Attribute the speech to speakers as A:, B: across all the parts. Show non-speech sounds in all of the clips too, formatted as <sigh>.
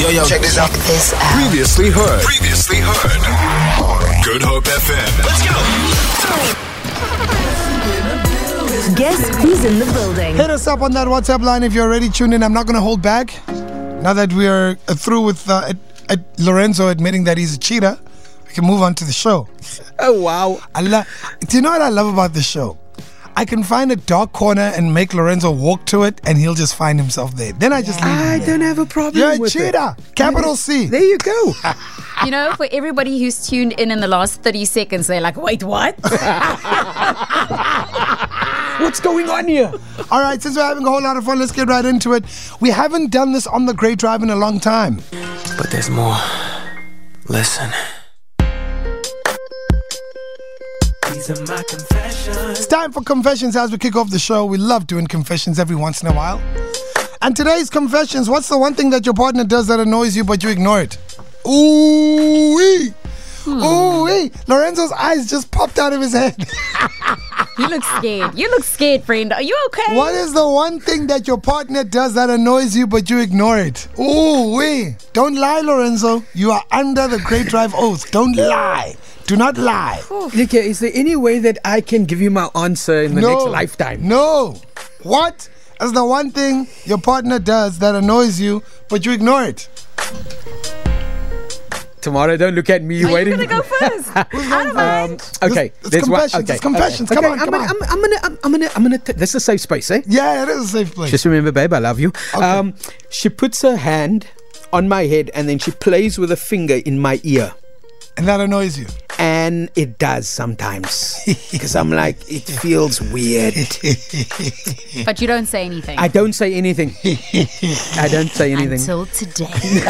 A: Yo, yo, check this out.
B: This out.
C: Previously heard.
A: Previously heard. Good Hope FM. Let's
D: Guess who's in the building?
E: Hit us up on that WhatsApp line if you're already tuned in. I'm not going to hold back. Now that we are uh, through with uh, ad- ad- Lorenzo admitting that he's a cheater, we can move on to the show.
F: <laughs> Oh wow!
E: I lo- Do you know what I love about this show? I can find a dark corner and make Lorenzo walk to it, and he'll just find himself there. Then I just leave. him
F: I
E: there.
F: don't have a problem
E: You're a
F: Ah, with it.
E: cheater. Capital C.
F: There you go.
G: You know, for everybody who's tuned in in the last 30 seconds, they're like, wait, what?
F: What's going on here?
E: All right, since we're having a whole lot of fun, let's get right into it. We haven't done this on the Great Drive in a long time.
H: But there's more. Listen. These are my confessions.
E: It's time for confessions as we kick off the show. We love doing confessions every once in a while. And today's confessions what's the one thing that your partner does that annoys you but you ignore it? Ooh wee! Ooh wee! Lorenzo's eyes just popped out of his head. <laughs>
G: you look scared. You look scared, friend. Are you okay?
E: what is the one thing that your partner does that annoys you but you ignore it? Ooh wee! Don't lie, Lorenzo. You are under the Great Drive Oath. Don't lie. Do not lie.
F: Look, here, is there any way that I can give you my answer in the next lifetime?
E: No. What is the one thing your partner does that annoys you, but you ignore it?
F: Tomorrow, don't look at me.
G: Are you
F: waiting.
G: going to go
E: <laughs>
G: first? I don't
F: Um,
G: mind.
F: <laughs> okay,
E: It's- it's
F: there's one-
E: confessions,
F: okay,
E: it's confessions,
F: Okay,
E: come on,
F: okay, I'm
E: come
F: gonna,
E: on.
F: I'm, I'm gonna, I'm, I'm gonna, I'm gonna. T- this is a safe space, eh?
E: Yeah, it is a safe place.
F: Just remember, babe, I love you. Um, she puts her hand on my head and then she plays with a finger in my ear.
E: and that annoys you.
F: And it does
E: <laughs>
F: sometimes. Because I'm like, it feels weird.
G: But you don't say anything.
F: I don't say anything. I don't say anything.
G: Until
E: <laughs>
G: today.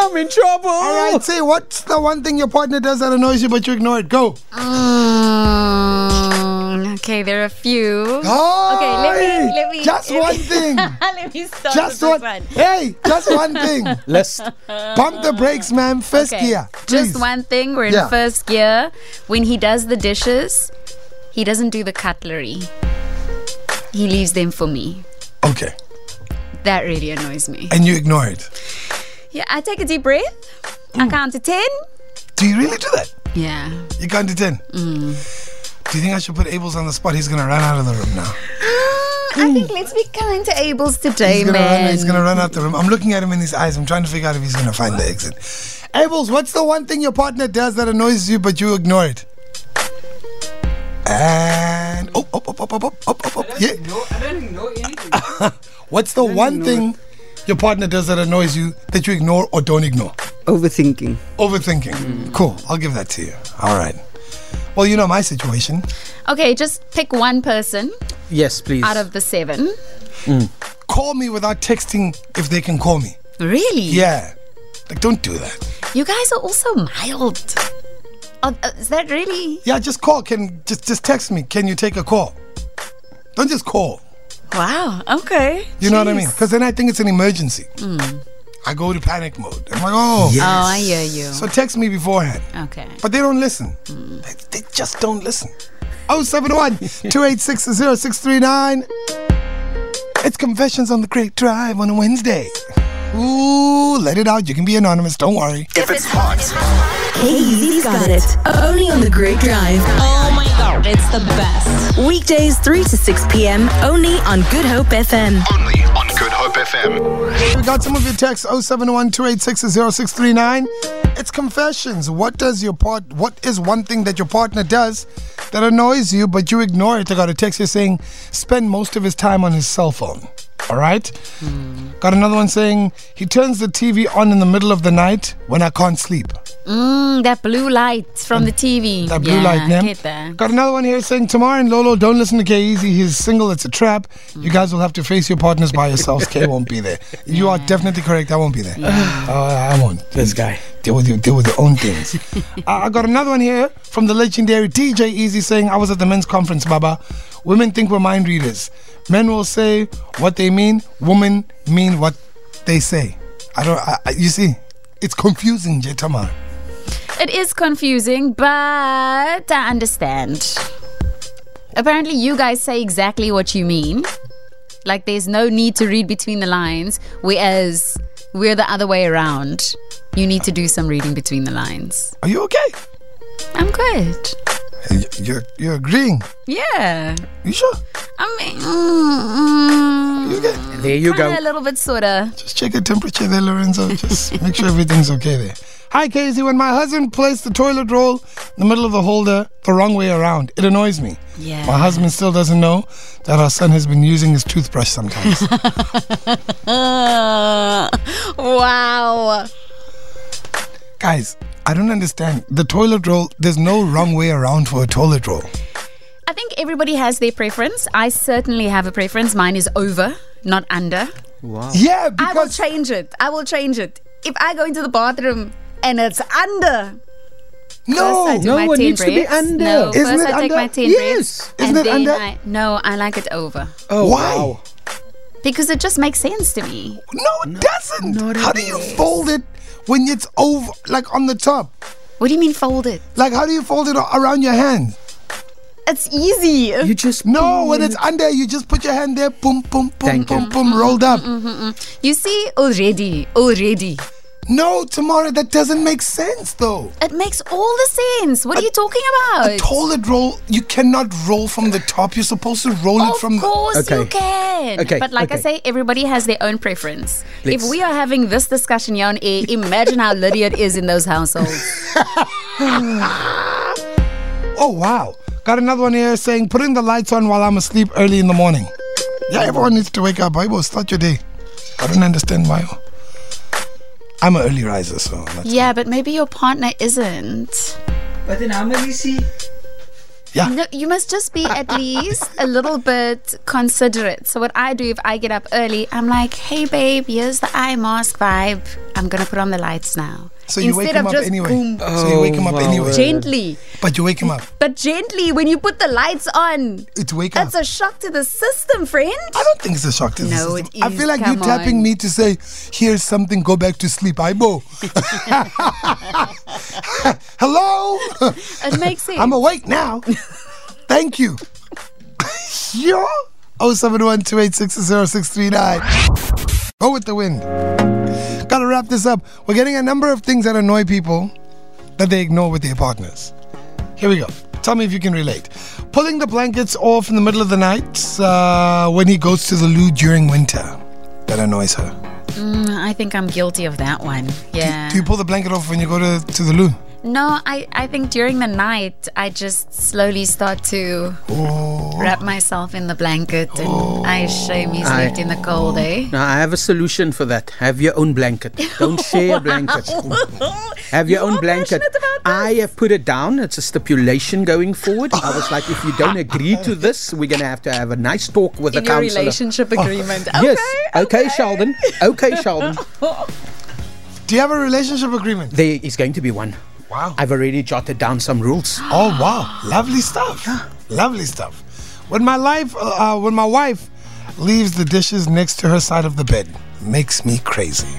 F: I'm in trouble.
E: All right, say what's the one thing your partner does that annoys you, but you ignore it? Go.
G: Mm, okay, there are a few. Uh, okay, let me.
E: Hi.
G: Let me
E: Just
G: let
E: one
G: me- <laughs>
E: thing.
G: let me start
E: Just
G: with
E: one.
G: this one.
E: Hey, just one
G: <laughs>
E: thing.
F: List.
E: Pump the brakes, ma'am. First
G: Okay,
E: gear.
G: Just
E: please.
G: one thing. We're in
E: Yeah.
G: first gear. When he does the dishes, he doesn't do the cutlery. He leaves them for me.
E: Okay,
G: That really annoys me.
E: and you ignore it.
G: Yeah, I take a deep breath.
E: Mm.
G: I count to ten.
E: Do you really do that?
G: Yeah.
E: You can't do ten. Do you think I should put Abels on the spot? He's gonna run out of the room now.
G: <gasps> I think let's be kind to Abel's today,
E: He's gonna, run,
G: man.
E: he's gonna run out the room. I'm looking at him in his eyes. I'm trying to figure out if he's gonna find the exit. Abels, what's the one thing your partner does that annoys you but you ignore it? And oh, oh, oh, oh, oh, oh, oh, oh, oh, yeah.
F: I don't ignore anything.
E: <laughs> What's the one thing your partner does that annoys you that you ignore or don't ignore?
F: Overthinking.
E: Overthinking.
F: Mm.
E: Cool. I'll give that to you. All right. Well, you know my situation.
G: Okay, just pick one person
F: Yes, please.
G: out of the seven.
E: Call me without texting if they can call me.
G: Really?
E: Yeah. Like, don't do that.
G: You guys are also mild. Oh, uh, is that really?
E: Yeah, just call. Can just just text me. Can you take a call? Don't just call.
G: Wow. Okay.
E: You know what I mean? Because then I think it's an emergency. I go to panic mode. I'm like, oh.
G: Oh, I hear you.
E: So text me beforehand.
G: Okay.
E: But they don't listen. They, they just don't listen. Oh, 071 286 0639. It's Confessions on the Great Drive on a Wednesday. Ooh, let it out. You can be anonymous. Don't worry.
A: If it's hot,
D: KZ's got it. Only on the Great Drive.
I: Oh my god, it's the best.
D: Weekdays 3 to 6 p.m. Only on Good Hope FM.
A: only on Good Hope FM.
E: We got some of your texts 071 286 0639. It's confessions. What does your part what is one thing that your partner does that annoys you but you ignore it? I got a text here saying spend most of his time on his cell phone. All right? Got another one saying he turns the TV on in the middle of the night when I can't sleep.
G: Mm, that blue light from the TV.
E: That blue
G: yeah,
E: light, man.
G: Get that.
E: Got another one here saying Tamar and Lolo don't listen to K Easy. He's single. It's a trap. You guys will have to face your partners by
G: <laughs>
E: yourselves. K won't be there. You are definitely correct. I won't be there. <sighs> Uh, I won't.
F: this guy.
E: deal with your deal with your
G: <laughs>
E: own things. uh, I got another one here from the legendary DJ Easy saying, "I was at the men's conference, Baba. Women think we're mind readers. Men will say what they mean. Women mean what they say. I don't. I, I, you see, it's confusing, Jetama.
G: It is confusing, but I understand. Apparently, you guys say exactly what you mean, Like there's no need to read between the lines, whereas we're the other way around. You need to do some reading between the lines.
E: Are you okay?
G: I'm good.
E: Y- You're, you're agreeing.
G: Yeah.
E: You sure?
G: I mean, mm, mm,
E: You okay?
F: There you go.
G: kinda a little bit sorta.
E: Just check your temperature there, Lorenzo. Just make sure everything's okay there. Hi, Casey. When my husband placed the toilet roll in the middle of the holder the wrong way around, it annoys me.
G: Yeah.
E: My husband still doesn't know that our son has been using his toothbrush sometimes.
G: <laughs> Uh, wow.
E: Guys, I don't understand. The toilet roll, there's no wrong way around for a toilet roll.
G: I think everybody has their preference. I certainly have a preference. Mine is over, not under.
E: Yeah,
G: I will
E: because
G: change it. I will change it. If I go into the bathroom and it's under, first I
E: no,
G: do
F: No,
G: my
F: it
G: 10
F: needs to be
G: breaths.
F: under.
G: No,
E: Isn't
G: first
E: it
G: I take
E: under?
G: my ten
F: Yes.
G: breaths.
E: Isn't
G: and
E: it
G: then
E: under?
G: I, no, I like it over
F: Oh,
E: Why?
F: wow.
G: because it just makes sense to me.
E: no, it doesn't.
F: not
E: How
F: it
E: do you fold it when it's over, like on the top?
G: What do you mean fold it?
E: Like, how do you fold it a- around your hand?
G: It's easy.
F: You just
E: No, when it's under, you just put your hand there, boom, boom, boom,
F: Thank
E: boom,
F: you.
E: boom,
G: Mm-hmm.
E: rolled up.
G: You see, already, already.
E: No, Tamara, that doesn't make sense though.
G: It makes all the sense. What are you talking about?
E: A toilet roll, you cannot roll from the top. You're supposed to roll
G: Of
E: it from
G: course you
F: Okay.
G: can.
F: Okay,
G: But like I
F: okay.
G: say, everybody has their own preference.
F: Let's-
G: If we are having this discussion here on air, imagine how litty it is in those households.
E: Oh wow. Got another one here saying putting the lights on while I'm asleep early in the morning. Yeah, everyone needs to wake up. Bible, start your day. I don't understand why. I'm an early riser, so that's,
G: yeah, but maybe your partner isn't.
B: But then I'm really see.
G: No, you must just be at least a little bit considerate. So what I do if I get up early, I'm like, hey babe, here's the eye mask vibe. I'm gonna put on the lights now.
E: so you wake
G: Instead
E: him
G: of
E: up
G: just
E: anyway.
G: boom,
E: so you wake him up
F: Oh,
E: anyway.
F: wow.
G: gently.
E: But you wake him up.
G: But gently, when you put the lights on,
E: It's wake up.
G: that's a shock to the system, friend.
E: I don't think it's a shock to the
G: No,
E: system.
G: it
E: I
G: is.
E: feel like you're
G: Come
E: tapping
G: on.
E: me to say, here's something, go back to sleep.
G: <laughs>
E: I bo. <laughs> Hello?
G: It makes sense.
E: I'm awake now. Thank you. <laughs> oh sure. 071 Go with the wind. Gotta wrap this up. We're getting a number of things that annoy people that they ignore with their partners. Here we go. Tell me if you can relate. Pulling the blankets off in the middle of the night uh, when he goes to the loo during winter. That annoys her.
G: I think I'm guilty of that one. Yeah.
E: Do you pull the blanket off when you go to, to the loo?
G: no, I, I think during the night, I just slowly start to wrap myself in the blanket and I shame me
F: I-
G: slept in the cold,
F: <laughs>
G: eh?
F: Now, I have a solution for that. Have your own blanket.
G: <laughs>
F: Don't share a blanket. Have your
G: You
F: own
G: are
F: blanket.
G: passionate about this.
F: I have put it down. It's a stipulation going forward. I was like, if you don't agree to this, we're going to have to have a nice talk with
G: In
F: the
G: your
F: counselor. Oh.
G: relationship agreement. Okay,
F: <laughs> Yes. Okay, Sheldon. Okay, Sheldon.
E: Do you have a relationship agreement?
F: There is going to be one.
E: Wow.
F: I've already jotted down some rules.
E: Oh wow, lovely stuff. Lovely stuff. When my life, uh, uh, when my wife leaves the dishes next to her side of the bed, makes me crazy.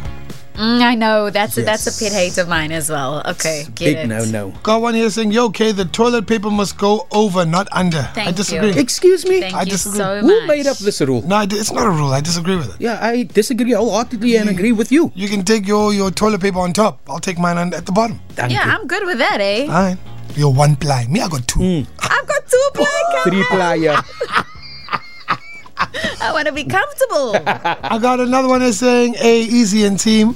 G: Mm, I know. That's, a, that's a pet hate of mine as well. Okay, get
F: Big
G: it.
F: no no.
E: Got one here saying, "Yo, okay, the toilet paper must go over, not under." I
G: Thank
E: disagree.
G: you.
F: Excuse me.
G: Thank
E: I
G: you
E: disagree.
G: so much.
F: Who made up this rule?
E: No, I di- it's not a rule. I disagree with it.
F: Yeah, I disagree wholeheartedly and agree with you.
E: You can take your your toilet paper on top. I'll take mine on, at the bottom.
F: Thank
G: Yeah,
F: you.
G: I'm good with that,
F: <laughs>
G: eh?
E: All right. Your one ply. Me, I got two.
G: Hmm. I've got two blankets. <laughs>
F: Three player.
G: I want to be comfortable.
F: <laughs>
E: I got another one that's saying, "Hey, easy and team."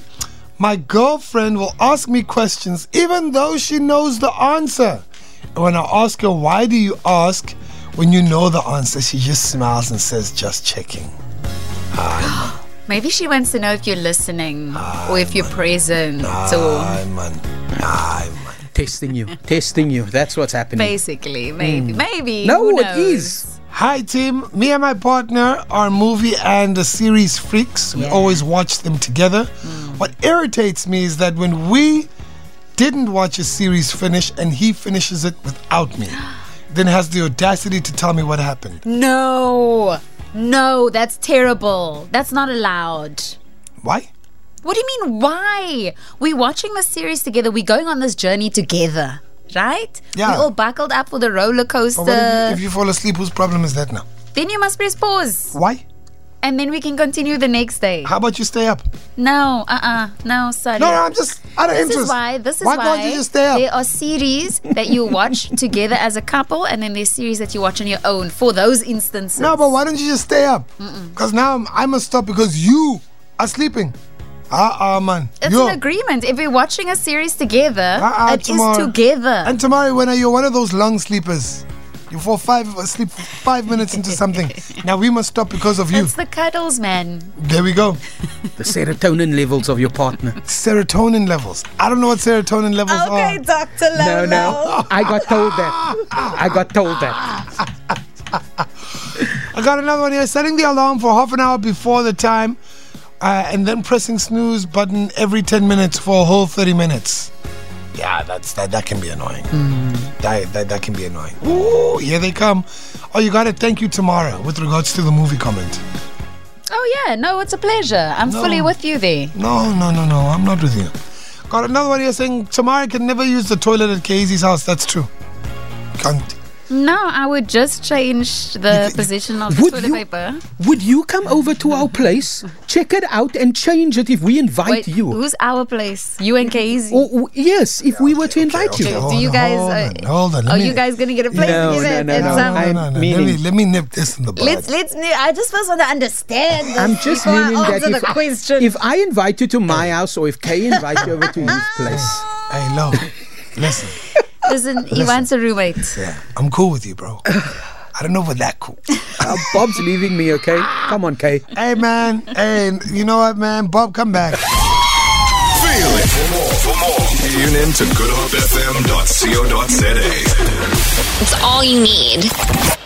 E: My girlfriend will ask me questions even though she knows the answer. And when I ask her, "Why do you ask?" when you know the answer, she just smiles and says, "Just checking."
G: Maybe she wants to know if you're listening
F: Ah,
G: or if you're present or
E: I'm man. I'm man.
F: Testing you. Testing you. That's what's happening.
G: basically, maybe, maybe.
F: Hmm. No,
G: who
F: it is.
G: knows?
E: Hi team, me and my partner are movie and a series freaks. We always watch them together. What irritates me is that when we didn't watch a series finish and he finishes it without me, then has the audacity to tell me what happened.
G: No, no, that's terrible. That's not allowed.
E: Why?
G: What do you mean? Why? We're watching this series together. We're going on this journey together, right?
E: Yeah.
G: We all buckled up for the roller
E: But what if,
G: coaster.
E: you, if you fall asleep, whose problem is that now?
G: then you must press pause
E: Why?
G: and then we can continue the next day.
E: How about you stay up?
G: No, uh, uh no, sorry.
E: No, no, I'm just out of
G: This
E: interest.
G: is why. This is
E: why
G: why.
E: can't you just stay up?
G: There are series that you
E: <laughs>
G: watch together as a couple, and then there's series that you watch on your own for those instances.
E: No, but why don't you just stay up? Because now I'm- I must stop because you are sleeping. Ah, ah, man.
G: It's
E: Yo.
G: an agreement. If we're watching a series together,
E: Ah, ah,
G: it is
E: tomorrow.
G: together.
E: And tomorrow, when you're one of those long sleepers, you fall five sleep five minutes into
G: <laughs>
E: something. Now we must stop because of you.
G: it's the cuddles, man.
E: There we go.
F: The serotonin levels of your
G: <laughs>
F: partner.
E: Serotonin levels. I don't know what serotonin levels are.
G: Dr.
F: No, no. I got told that. I got told that.
E: I got another one here. Setting the alarm for half an hour before the time, uh, and then pressing snooze button every ten minutes for a whole thirty minutes. Yeah, that's that. That can be annoying. That, that that can be annoying. Ooh, here they come. Oh, you got to thank you tomorrow with regards to the movie comment.
G: Oh, yeah. No, it's a pleasure. I'm fully with you there.
E: No, no, no, no. I'm not with you. Got another one here saying Tamara can never use the toilet at Casey's house. That's true. Can't.
G: No, I would just change the position of the
F: Would
G: toilet
F: you-
G: paper.
F: Would you come over to our place, check it out, and change it if we
G: Wait,
F: invite you? Oh,
G: who's our place? You and Casey.
F: Or, or- yes, if we were to invite
E: okay,
F: you.
E: okay.
G: Do you
E: Hold on,
G: guys? uh,
E: hold on, hold on, let
G: are
E: me-
G: you guys gonna get a place?
F: No,
G: together?
F: no, no,
G: It's,
E: No,
F: no,
G: um,
E: no,
F: I'm
E: no, no. Let me,
F: meaning-
E: let me nip this in the bud.
G: Let's let's. I just first want to understand. This
F: I'm just
G: before I
F: meaning that
G: answer
F: if,
G: the question.
F: if I invite you to my house or if Kay invites you over
G: <laughs>
F: to his place,
E: Hey, love. Listen.
G: Listen, he wants a roommate.
E: Yeah, I'm cool with you, bro. I don't know if we're that cool.
F: uh, Bob's leaving me, okay? Come on, Kay.
E: hey, man. Hey, you know what, man? Bob, come back.
A: Feel it. For more, for more, tune in to goodhopefm.co.za.
I: It's all you need.